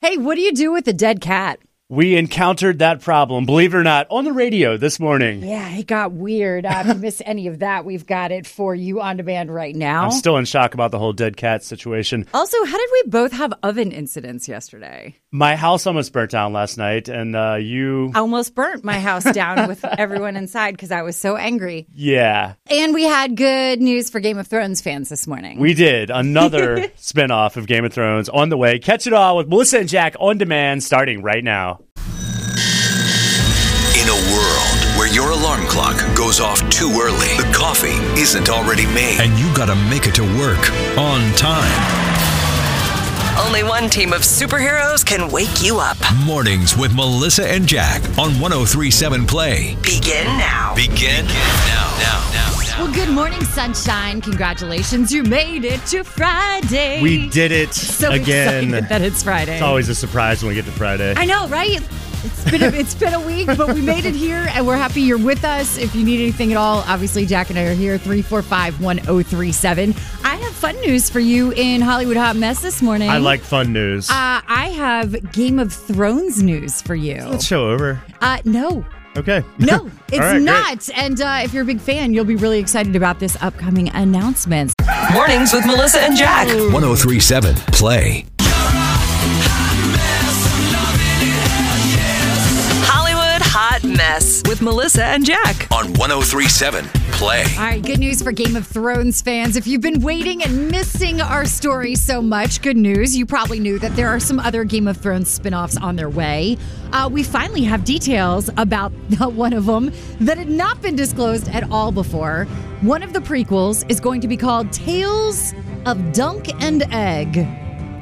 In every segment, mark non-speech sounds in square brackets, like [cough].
Hey, what do you do with a dead cat? We encountered that problem, believe it or not, on the radio this morning. Yeah, it got weird. Uh, if you missed any of that, we've got it for you on demand right now. I'm still in shock about the whole dead cat situation. also, how did we both have oven incidents yesterday? My house almost burnt down last night, and uh, you. I almost burnt my house down [laughs] with everyone inside because I was so angry. Yeah, And we had good news for Game of Thrones fans this morning. we did. [laughs] Another spinoff of Game of Thrones on the way. Catch it all with Melissa and Jack on demand starting right now. In a world where your alarm clock goes off too early, the coffee isn't already made. and you gotta make it to work on time. Only one team of superheroes can wake you up. Mornings with Melissa and Jack on 1037 Play. Begin now. Begin now. now, now, Well, good morning, sunshine. Congratulations, you made it to Friday. We did it so again. excited that it's Friday. It's always a surprise when we get to Friday. I know, right? It's been a, it's been a week, but we made it here, and we're happy you're with us. If you need anything at all, obviously Jack and I are here three four five one zero three seven. I have fun news for you in Hollywood Hot Mess this morning. I like fun news. Uh, I have Game of Thrones news for you. Let's show over. Uh, no, Okay. [laughs] no, it's right, great. not. And uh, if you're a big fan, you'll be really excited about this upcoming announcement. Mornings with Melissa and Jack. 1037 Play. Hollywood Hot Mess with Melissa and Jack. On 1037 Play. All right, good news for Game of Thrones fans. If you've been waiting and missing our story so much, good news. You probably knew that there are some other Game of Thrones spin-offs on their way. Uh, we finally have details about [laughs] one of them that had not been disclosed at all before. One of the prequels is going to be called Tales of Dunk and Egg.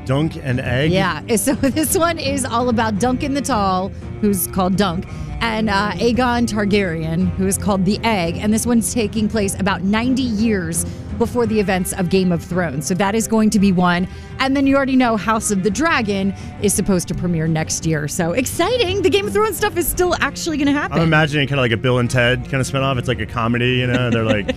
Dunk and egg. Yeah. So [laughs] this one is all about Duncan the Tall, who's called Dunk, and uh, Aegon Targaryen, who is called the Egg. And this one's taking place about 90 years before the events of Game of Thrones. So that is going to be one. And then you already know House of the Dragon is supposed to premiere next year. So exciting. The Game of Thrones stuff is still actually going to happen. I'm imagining kind of like a Bill and Ted kind of spinoff. It's like a comedy, you know. [laughs] They're like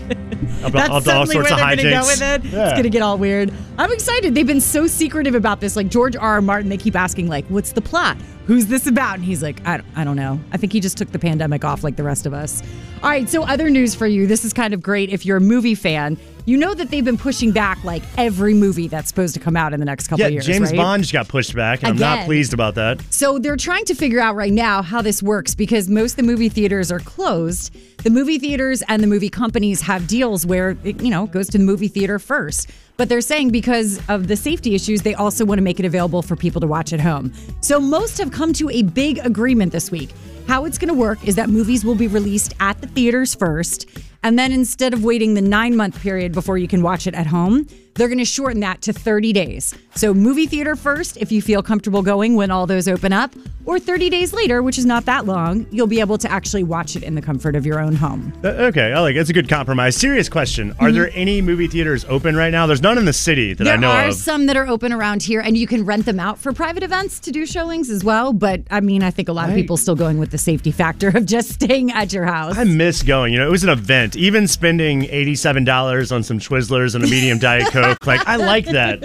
about That's all, all suddenly sorts where of they're hijinks. gonna go with it. It's Yeah. gonna get all weird. I'm excited. They've been so secretive about this. Like George R. R. Martin, they keep asking like, "What's the plot? Who's this about?" And he's like, "I don't, I don't know. I think he just took the pandemic off like the rest of us." All right. So other news for you. This is kind of great if you're a movie fan. You know that they've been pushing back like every movie that's supposed to come out in the next couple yeah, years. James right? Bond just got pushed back, and I'm Again. not pleased about that. So they're trying to figure out right now how this works because most of the movie theaters are closed. The movie theaters and the movie companies have deals where it, you know, goes to the movie theater first. But they're saying because of the safety issues, they also want to make it available for people to watch at home. So most have come to a big agreement this week. How it's going to work is that movies will be released at the theaters first, and then instead of waiting the nine month period before you can watch it at home, they're going to shorten that to 30 days. So, movie theater first, if you feel comfortable going when all those open up, or 30 days later, which is not that long, you'll be able to actually watch it in the comfort of your own home. Uh, okay, I like it. it's a good compromise. Serious question: Are there any movie theaters open right now? There's none in the city that I Mm-hmm. There know are of. some that are open around here, and you can rent them out for private events to do showings as well. But I mean, I think a lot of I- people still going with the safety factor of just staying at your house. I miss going. You know, it was an event. Even spending eighty-seven dollars on some Twizzlers and a medium diet coke, like I [laughs] like that.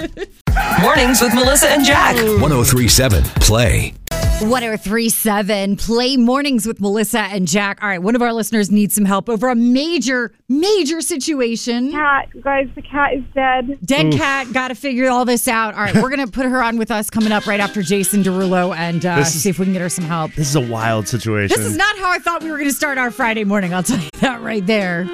Mornings with Melissa and Jack. 1037 Play. 1037 Play Mornings with Melissa and Jack. All right, one of our listeners needs some help over a major, major situation. cat, guys. The cat is dead. Dead cat, got to figure all this out. All right, we're going to put her on with us coming up right after Jason Derulo and uh, This is- see if we can get her some help. This is a wild situation. This is not how I thought we were going to start our Friday morning. I'll tell you that right there.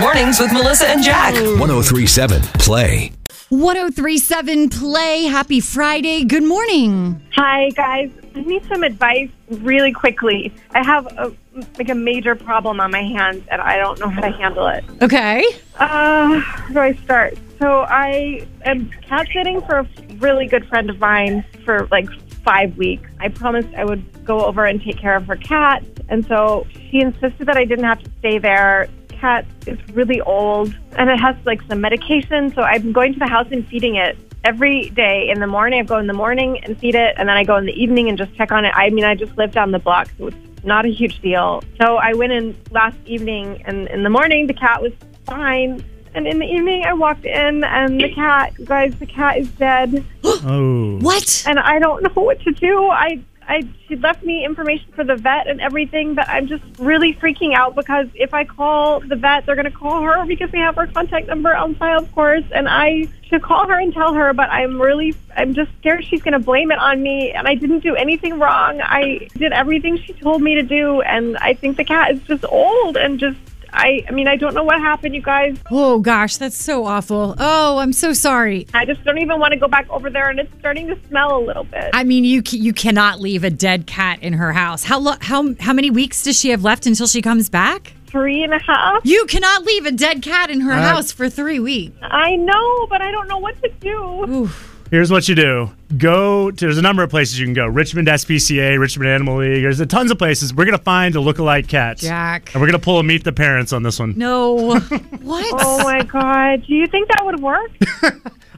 Mornings with Melissa and Jack. 1037 Play. 1037 Play, happy Friday. Good morning. Hi, guys. I need some advice really quickly. I have a, like a major problem on my hands, and I don't know how to handle it. Okay. Uh, where do I start? So I am cat sitting for a really good friend of mine for like five weeks. I promised I would go over and take care of her cat, and so she insisted that I didn't have to stay there. Cat is really old, and it has like some medication, so I'm going to the house and feeding it. Every day in the morning, I go in the morning and feed it, and then I go in the evening and just check on it. I mean, I just live down the block, so it's not a huge deal. So I went in last evening, and in the morning, the cat was fine. And in the evening, I walked in, and the cat, guys, the cat is dead, Oh. What? and I don't know [laughs] what to do. I, I, she left me information for the vet and everything, but I'm just really freaking out because if I call the vet, they're gonna call her because they have her contact number on file, of course, and I should call her and tell her. But I'm really, I'm just scared she's gonna blame it on me, and I didn't do anything wrong. I did everything she told me to do, and I think the cat is just old and just. I, I mean, I don't know what happened, you guys. Oh gosh, that's so awful. Oh, I'm so sorry. I just don't even want to go back over there, and it's starting to smell a little bit. I mean, you ca- you cannot leave a dead cat in her house. How lo- how how many weeks does she have left until she comes back? Three and a half. You cannot leave a dead cat in Uh, her house for 3 weeks. I know, but I don't know what to do. Here's what you do. Go to, there's a number of places you can go. Richmond SPCA, Richmond Animal League. There's a tons of places. We're going to find a lookalike cat. Jack. And we're going to pull a meet the parents on this one. No. what? Oh my god! Do you think that would work? Oh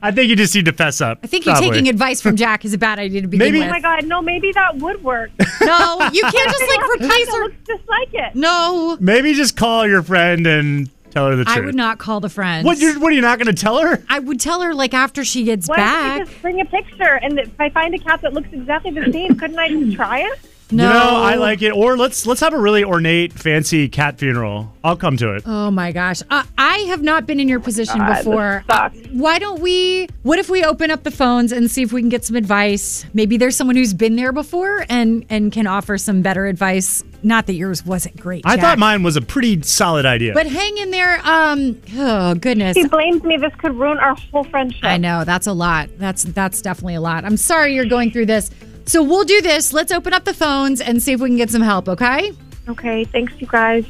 I think you just need to fess up. I think you're taking advice from Jack is a bad idea to begin Maybe- with. Oh my god! No, maybe that [laughs] would work. It's No, you can't just like replace her. looks just like it. No, Maybe just call your friend and tell her the truth. I would not call the friends. What, you're, what are you not going to tell her? I would tell her like after she gets Why don't back. you just bring a picture? And if I find a cat that looks exactly the same, couldn't I just try it? No, You know, I like it. Or let's let's have a really ornate, fancy cat funeral. I'll come to it. Oh my gosh, uh, I have not been in your position God, this before. sucks. Why don't we? What if we open up the phones and see if we can get some advice? Maybe there's someone who's been there before and and can offer some better advice. Not that yours wasn't great. I Jack. thought mine was a pretty solid idea. But hang in there. Um. Oh goodness. She blames me. This could ruin our whole friendship. [laughs] I know that's a lot. That's that's definitely a lot. I'm sorry you're going through this. So we'll do this. Let's open up the phones and see if we can get some help. Okay. Okay, thanks, you guys.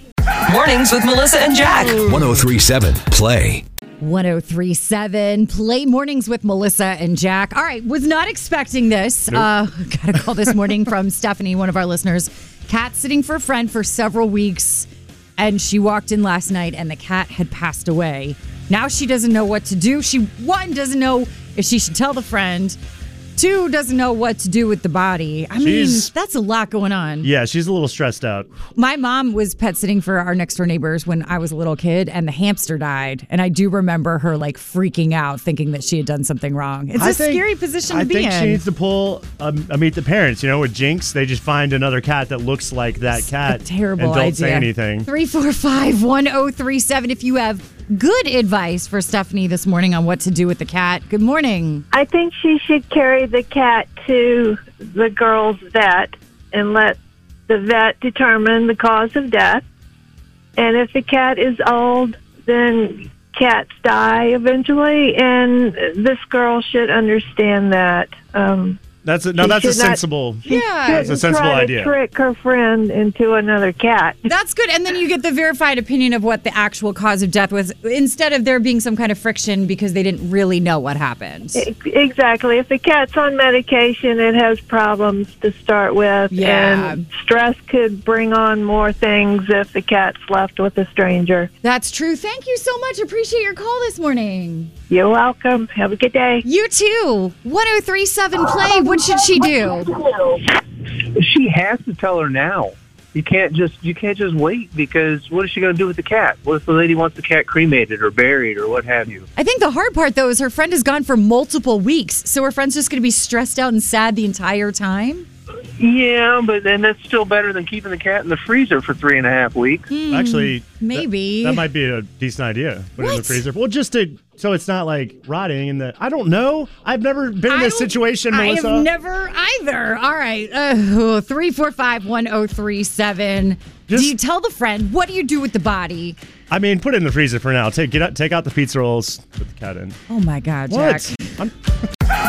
Mornings with Melissa and Jack. 1037 Play. 1037 Play Mornings with Melissa and Jack. All right, was not expecting this. Uh, [laughs] got a call this morning from Stephanie, one of our listeners. Cat sitting for a friend for several weeks, and she walked in last night, and the cat had passed away. Now she doesn't know what to do. She, one, doesn't know if she should tell the friend, two, doesn't know what to do with the body. I Jeez. mean, that's a lot going on. yeah, she's a little stressed out. My mom was pet sitting for our next door neighbors when I was a little kid, and the hamster died. And I do remember her like freaking out, thinking that she had done something wrong. It's a I think- scary position to I be think in. she needs to pull um, a meet the parents. You know, with Jinx, they just find another cat that looks like that cat. a terrible and don't idea. say anything. 345-1037 If you have good advice for Stephanie this morning on what to do with the cat. Good morning. I think she should carry the cat to the girl's vet and let the vet determine the cause of death. And if the cat is old, then cats die eventually, and this girl should understand that. Um, That's a, no, She that's a should not- sensible. she Yeah. shouldn't That's a sensible try idea. To trick her friend into another cat. That's good. And then you get the verified opinion of what the actual cause of death was instead of there being some kind of friction because they didn't really know what happened. Exactly. If the cat's on medication, it has problems to start with. Yeah. And stress could bring on more things if the cat's left with a stranger. That's true. Thank you so much. Appreciate your call this morning. You're welcome. Have a good day. You too. 1037 play. What should she do? She has to tell her now. You can't just you can't just wait because what is she going to do with the cat? What if the lady wants the cat cremated or buried or what have you? I think the hard part though is her friend is gone for multiple weeks. So her friend's just going to be stressed out and sad the entire time. Yeah, but then that's still better than keeping the cat in the freezer for three and a half weeks. Actually, that- maybe. that, might be a decent idea. Put it in the What? freezer. Well, just to so it's not like rotting. And the I don't know. I've never been in I this don't- situation, I Melissa. have never either. All right. Uh, 3451037. Just- do you tell the friend what do you do with the body? I mean, put it in the freezer for now. Take get out, take out the pizza rolls. Put the cat in. Oh my god, Jack. What? I'm-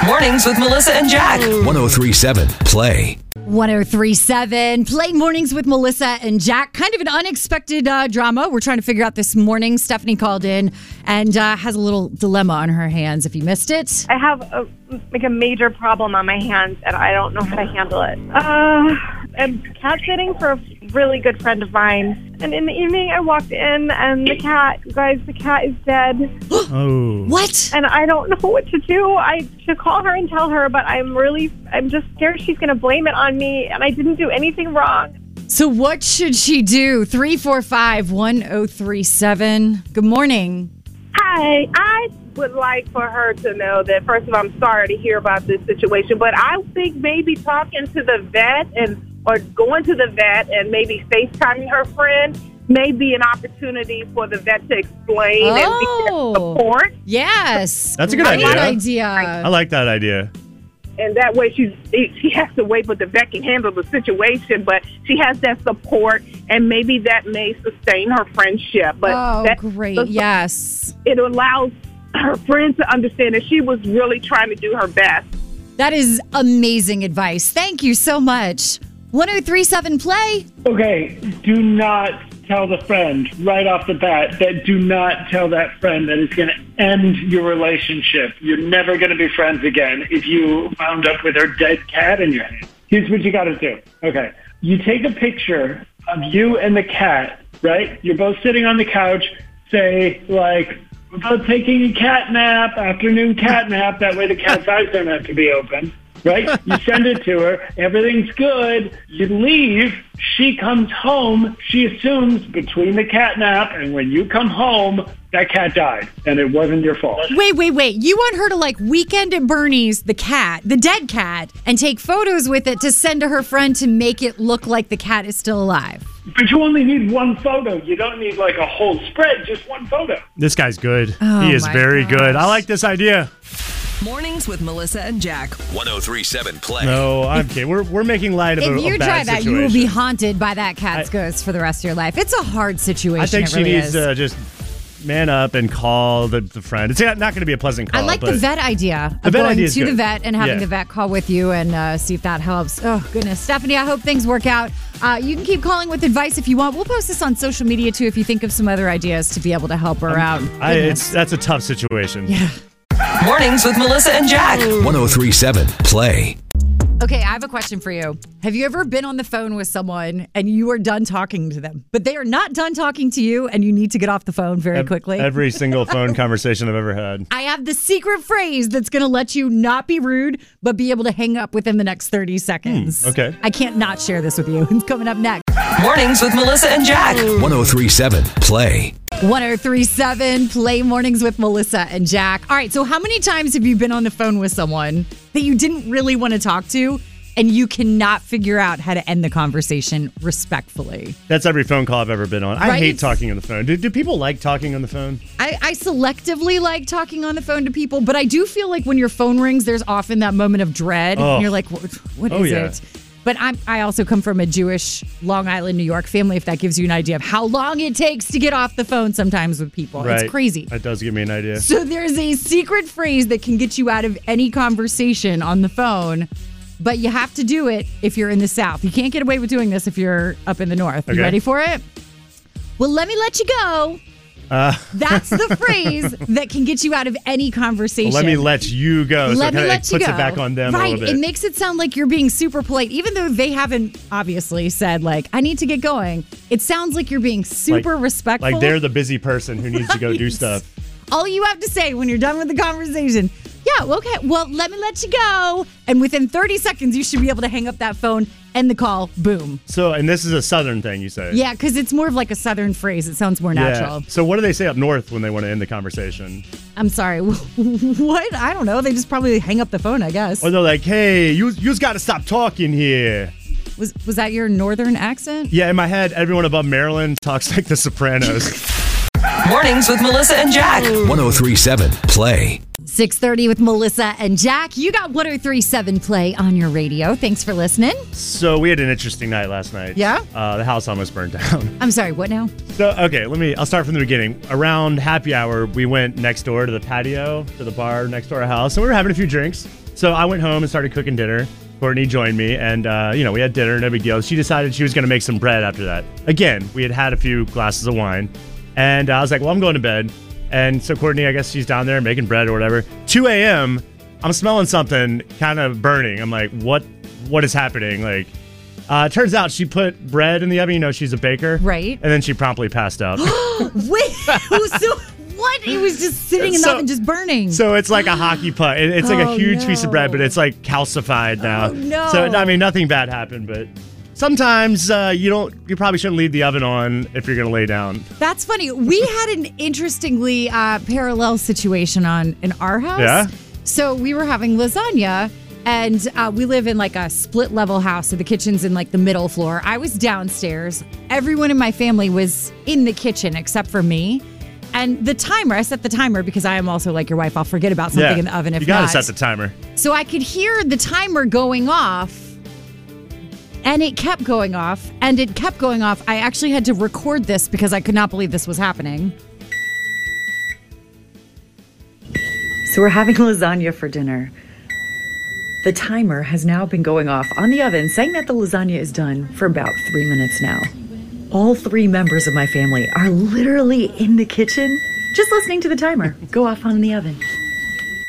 Mornings with Melissa and Jack. 1037 Play. 1037 Play Mornings with Melissa and Jack. Kind of an unexpected uh, drama we're trying to figure out this morning. Stephanie called in and uh, has a little dilemma on her hands if you missed it. I have a, like a major problem on my hands, and I don't know how to handle it. Uh, I'm cat sitting for a really good friend of mine, and in the evening I walked in, and the cat, guys, the cat is dead, oh. What? and I don't [laughs] know what to do. I should call her and tell her, but I'm really, I'm just scared she's going to blame it on me, and I didn't do anything wrong. So, what should she do? 345 1037. Good morning. Hi, I I would like for her to know that first of all, I'm sorry to hear about this situation, but I think maybe talking to the vet and or going to the vet and maybe FaceTiming her friend may be an opportunity for the vet to explain Oh. and be there to support, Yes. That's a good Great idea. I idea. like that idea. and that way she she has to wait, but the vet can handle the situation. But she has that support, and maybe that may sustain her friendship. But Oh, that, great. the- Yes. it allows her friends to understand that she was really trying to do her best. That is amazing advice. Thank you so much. 1037 Play. Okay, do not tell the friend right off the bat that do not tell that friend that it's going to end your relationship. You're never going to be friends again if you wound up with her dead cat in your hand. Here's what you got to do. Okay, you take a picture of you and the cat, right? You're both sitting on the couch, say, like, we're both taking a cat nap, afternoon cat nap. That way the cat's eyes don't have to be open right? You send it to her. Everything's good. You leave. She comes home. She assumes between the cat nap and when you come home, that cat died, and it wasn't your fault. Wait, wait, wait. You want her to like weekend at Bernie's, the cat, the dead cat, and take photos with it to send to her friend to make it look like the cat is still alive. But you only need one photo. You don't need like a whole spread, just one photo. This guy's good. Oh, he is my very gosh. good. I like this idea. Mornings with Melissa and Jack. 1037 Play. No, I'm kidding. We're, we're making light of a, If you a bad try that, you will be situation. haunted by that cat's I- ghost for the rest of your life. It's a hard situation. I think it she really needs uh, is. to just man up and call the, the friend. It's not, not going to be a pleasant call. I like the but- vet idea The of vet going idea is to the good. vet and having Yeah. the vet call with you and uh, see if that helps. Oh, goodness. Stephanie, I hope things work out. Uh, you can keep calling with advice if you want. We'll post this on social media too if you think of some other ideas to be able to help her out. I, Goodness. it's that's a tough situation. yeah. Mornings with Melissa and Jack. 1037 Play. Okay, I have a question for you. Have you ever been on the phone with someone and you are done talking to them, but they are not done talking to you and you need to get off the phone very Ev- quickly? [laughs] Every single phone conversation I've ever had. I have the secret phrase that's going to let you not be rude, but be able to hang up within the next 30 seconds. Hmm, okay. I can't not share this with you. [laughs] It's coming up next. Mornings with Melissa and Jack. 1037 Play. 1037 Play Mornings with Melissa and Jack. All right. So, how many times have you been on the phone with someone that you didn't really want to talk to and you cannot figure out how to end the conversation respectfully? That's every phone call I've ever been on. I Right? hate talking on the phone. Do, do people like talking on the phone? I, I selectively like talking on the phone to people, but I do feel like when your phone rings, there's often that moment of dread. Oh. And you're like, what, what Oh, is yeah. it? But I'm, I also come from a Jewish Long Island, New York family, if that gives you an idea of how long it takes to get off the phone sometimes with people. It's crazy. That does give me an idea. So there's a secret phrase that can get you out of any conversation on the phone, but you have to do it if you're in the South. You can't get away with doing this if you're up in the North. Okay. You ready for it? Well, let me let you go. Uh. That's [laughs] the phrase that can get you out of any conversation. Let me let you go. so Let it me kinda let you puts go. it back on them a Right. little bit. It makes it sound like you're being super polite, even though they haven't obviously said like I need to get going. It sounds like you're being super like, respectful. Like they're the busy person who needs to go do Right. stuff. All you have to say when you're done with the conversation, yeah, well, okay, well, let me let you go. And within 30 seconds, you should be able to hang up that phone, end the call, boom. So, and this is a southern thing you say. Yeah, because it's more of like a Southern phrase. It sounds more natural. So, what do they say up north when they want to end the conversation? I'm sorry. [laughs] what? I don't know. They just probably hang up the phone, I guess. Or they're like, "Hey, you you's got to stop talking here." Was, was that your Northern accent? Yeah, in my head, everyone above Maryland talks [laughs] like The Sopranos. [laughs] Mornings with Melissa and Jack. 1037 Play. 6.30 with Melissa and Jack. You got 103.7 play on your radio. Thanks for listening. so we had an interesting night last night. Yeah? Uh, the house almost burned down. I'm sorry, what now? [laughs] So okay, let me. I'll start from the beginning. Around happy hour, we went next door to the patio, to the bar next door to our house, and we were having a few drinks. So I went home and started cooking dinner. Courtney joined me, and uh, you know we had dinner, no big deal. She decided she was going to make some bread after that. Again, we had had a few glasses of wine, and I was like, "Well, I'm going to bed." And so Courtney, I guess she's down there making bread or whatever. 2 a.m. I'm smelling something kind of burning. I'm like, "What? What is happening?" Like, uh, turns out she put bread in the oven. You know, she's a baker, Right. And then she promptly [gasps] passed out. Wait, [laughs] so what? It was just sitting in the So- oven, just burning. so it's like a hockey putt. It- it's like a Oh, huge piece of bread, no. Oh, but it's like calcified now. no. So I mean, nothing bad happened, but sometimes uh, you don't. You probably shouldn't leave the oven on if you're going to lay down. That's funny. We had an interestingly uh, parallel situation on in our house. Yeah? So we were having lasagna, and uh, we live in like a split level house, so the kitchen's in like the middle floor. I was downstairs. Everyone in my family was in the kitchen except for me. And the timer, I set the timer because I am also like your wife. I'll forget about something in the oven if you gotta not. set the timer. So I could hear the timer going off. And it kept going off and it kept going off. I actually had to record this because I could not believe this was happening. So we're having [laughs] lasagna for dinner. The timer has now been going off on the oven, saying that the lasagna is done for about three minutes now. All three members of my family are literally in the kitchen just listening to the timer go off on the oven.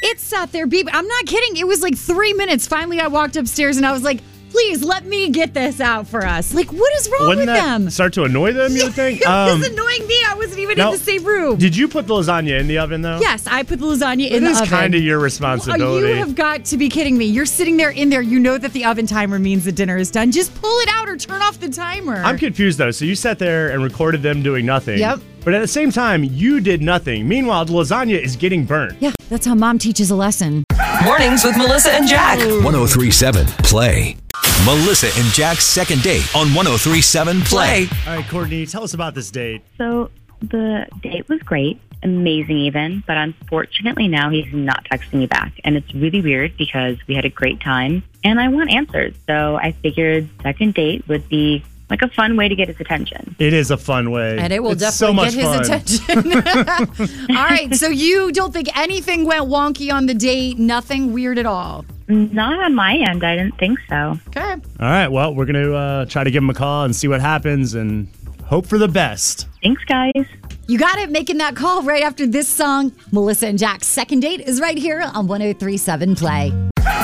It sat there beep. I'm not kidding. It was like three minutes. Finally, I walked upstairs and I was like, please let me get this out for us. Like, what is wrong Wouldn't with that them? start to annoy [laughs] them? You would think. It Um, was annoying me. I wasn't even now, in the same room. Did you put the lasagna in the oven though? yes, I put the lasagna in it the is oven. kind of your Oh, responsibility. you have got to be kidding me. You're sitting there in there. You know that the oven timer means the dinner is done. Just pull it out or turn off the timer. I'm confused though. So you sat there and recorded them doing nothing. Yep. But at the same time, you did nothing. Meanwhile, the lasagna is getting burnt. yeah, that's how mom teaches a lesson. Mornings with Melissa and Jack. 1037 Play. Melissa and Jack's second date on 1037 Play. All right, Courtney, tell us about this date. So the date was great, amazing even, but unfortunately now he's not texting me back. And it's really weird because we had a great time and I want answers. So I figured second date would be like a fun way to get his attention. It is a fun way. And it will It's so definitely much get fun. his [laughs] attention. [laughs] all right, so you don't think anything went wonky on the date, nothing weird at all. Not on my end, I didn't think so. Okay. All right. Well, we're going to uh, try to give him a call and see what happens and hope for the best. Thanks, guys. You got it making that call right after this song. Melissa and Jack's second date is right here on 1037 Play.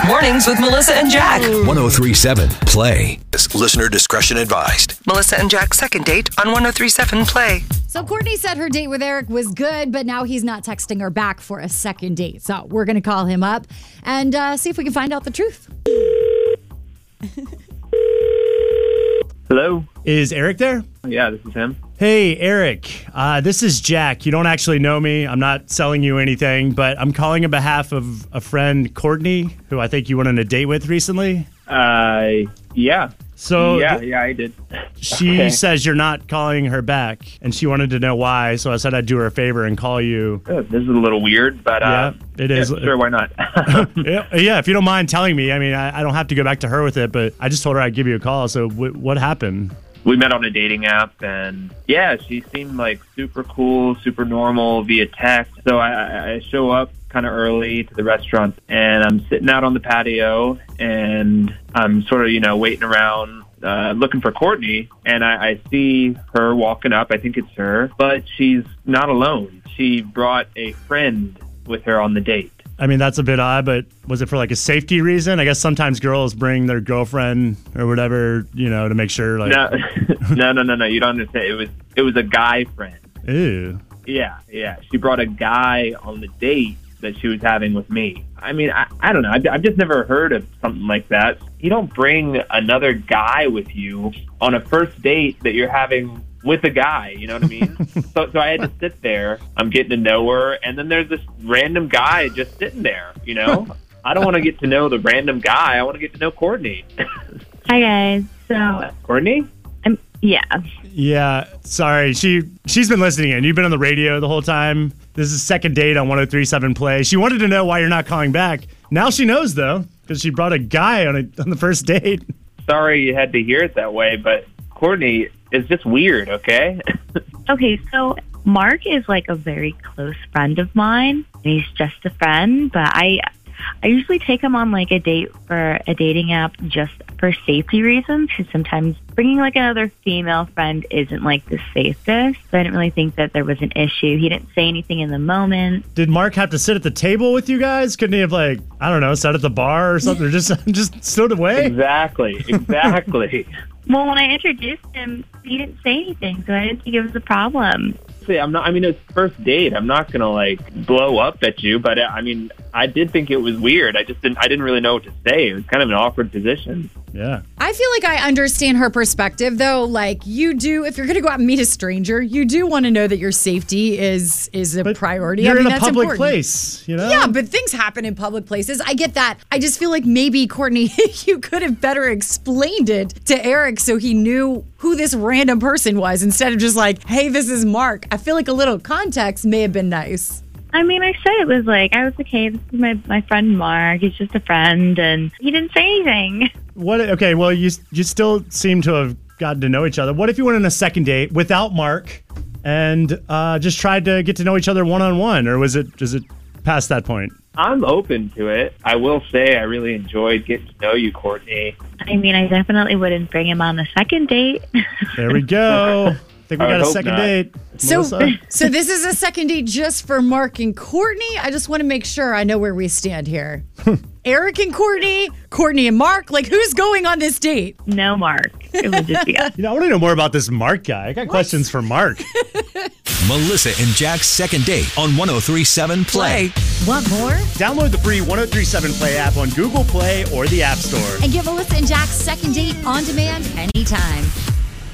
Mornings with Melissa and Jack. 1037 Play. Listener discretion advised. Melissa and Jack's second date on 1037 Play. So Courtney said her date with Eric was good, but now he's not texting her back for a second date. So we're going to call him up and uh, see if we can find out the truth. Hello. Is Eric there? Yeah, this is him. Hey, Eric. Uh, this is Jack. You don't actually know me. I'm not selling you anything, but I'm calling on behalf of a friend, Courtney, who I think you went on a date with recently. Uh, yeah. So- yeah, yeah, I did. She Okay. says you're not calling her back, and she wanted to know why. So I said I'd do her a favor and call you. Uh, this is a little weird, but uh, Yeah, it is. yeah, sure, why not? [laughs] yeah, yeah, if you don't mind telling me, I mean, I, I don't have to go back to her with it, but I just told her I'd give you a call. So w- what happened? we met on a dating app and yeah she seemed like super cool super normal via text so i, I- I show up kind of early to the restaurant and i'm sitting out on the patio and i'm sort of you know waiting around uh, looking for Courtney, and I, I see her walking up. I think it's her, but she's not alone. She brought a friend with her on the date. I mean, that's a bit odd, but was it for like a safety reason? I guess sometimes girls bring their girlfriend or whatever, you know, to make sure. Like, No, [laughs] no, no, no, no. You don't understand. It was it was a guy friend. ew. Yeah, yeah. She brought a guy on the date that she was having with me. I mean, I, I don't know. I've, I've just never heard of something like that. You don't bring another guy with you on a first date that you're having with a guy. You know what I mean? so, so I had to sit there. I'm getting to know her, and then there's this random guy just sitting there. You know, I don't want to get to know the random guy. I want to get to know Courtney. Hi, guys. So, Courtney? I'm, um, yeah. Yeah, sorry. She she's been listening in. You've been on the radio the whole time. This is second date on 1037 Play. She wanted to know why you're not calling back. Now she knows though, because she brought a guy on a, on the first date. Sorry you had to hear it that way, but Courtney is just weird. Okay. [laughs] Okay, so Mark is like a very close friend of mine. He's just a friend, but I I usually take him on like a date for a dating app just for safety reasons because sometimes bringing like another female friend isn't like the safest. So I didn't really think that there was an issue. He didn't say anything in the moment. Did Mark have to sit at the table with you guys? Couldn't he have like I don't know, sat at the bar or something, or just [laughs] just stood away? Exactly. Exactly. [laughs] Well, when I introduced him, he didn't say anything, so I didn't think it was a problem. See, I'm not. I mean, it's first date. I'm not gonna like blow up at you, but uh, I mean, I did think it was weird. I just didn't. I didn't really know what to say. It was kind of an awkward position. Yeah. I I feel like I understand her perspective though. Like you do, if you're going to go out and meet a stranger, you do want to know that your safety is is a priority. You're I mean, in a that's public important. place, you know? Yeah, but things happen in public places. I get that. I just feel like maybe Courtney, [laughs] you could have better explained it to Eric so he knew who this random person was instead of just like, "Hey, this is Mark." I feel like a little context may have been nice. I mean, I said it was like I was like, hey, this is my my friend Mark. He's just a friend, and he didn't say anything. What? Okay, well, you you still seem to have gotten to know each other. What if you went on a second date without Mark and uh, just tried to get to know each other one on one, or was it is it past that point? I'm open to it. I will say I really enjoyed getting to know you, Courtney. I mean, I definitely wouldn't bring him on a second date. [laughs] There we [laughs] go. think we I got a hope second not. date. So, [laughs] Melissa? so this is a second date just for Mark and Courtney. I just want to make sure I know where we stand here. Eric and Courtney, Courtney and Mark. Like, who's going on this date? No, Mark. It would just be You know, I want to know more about this Mark guy. I got questions for Mark. Melissa and Jack's second date on 1037 Play. Want more? Download the free 1037 Play app on Google Play or the App Store. And get Melissa and Jack's second date on demand anytime.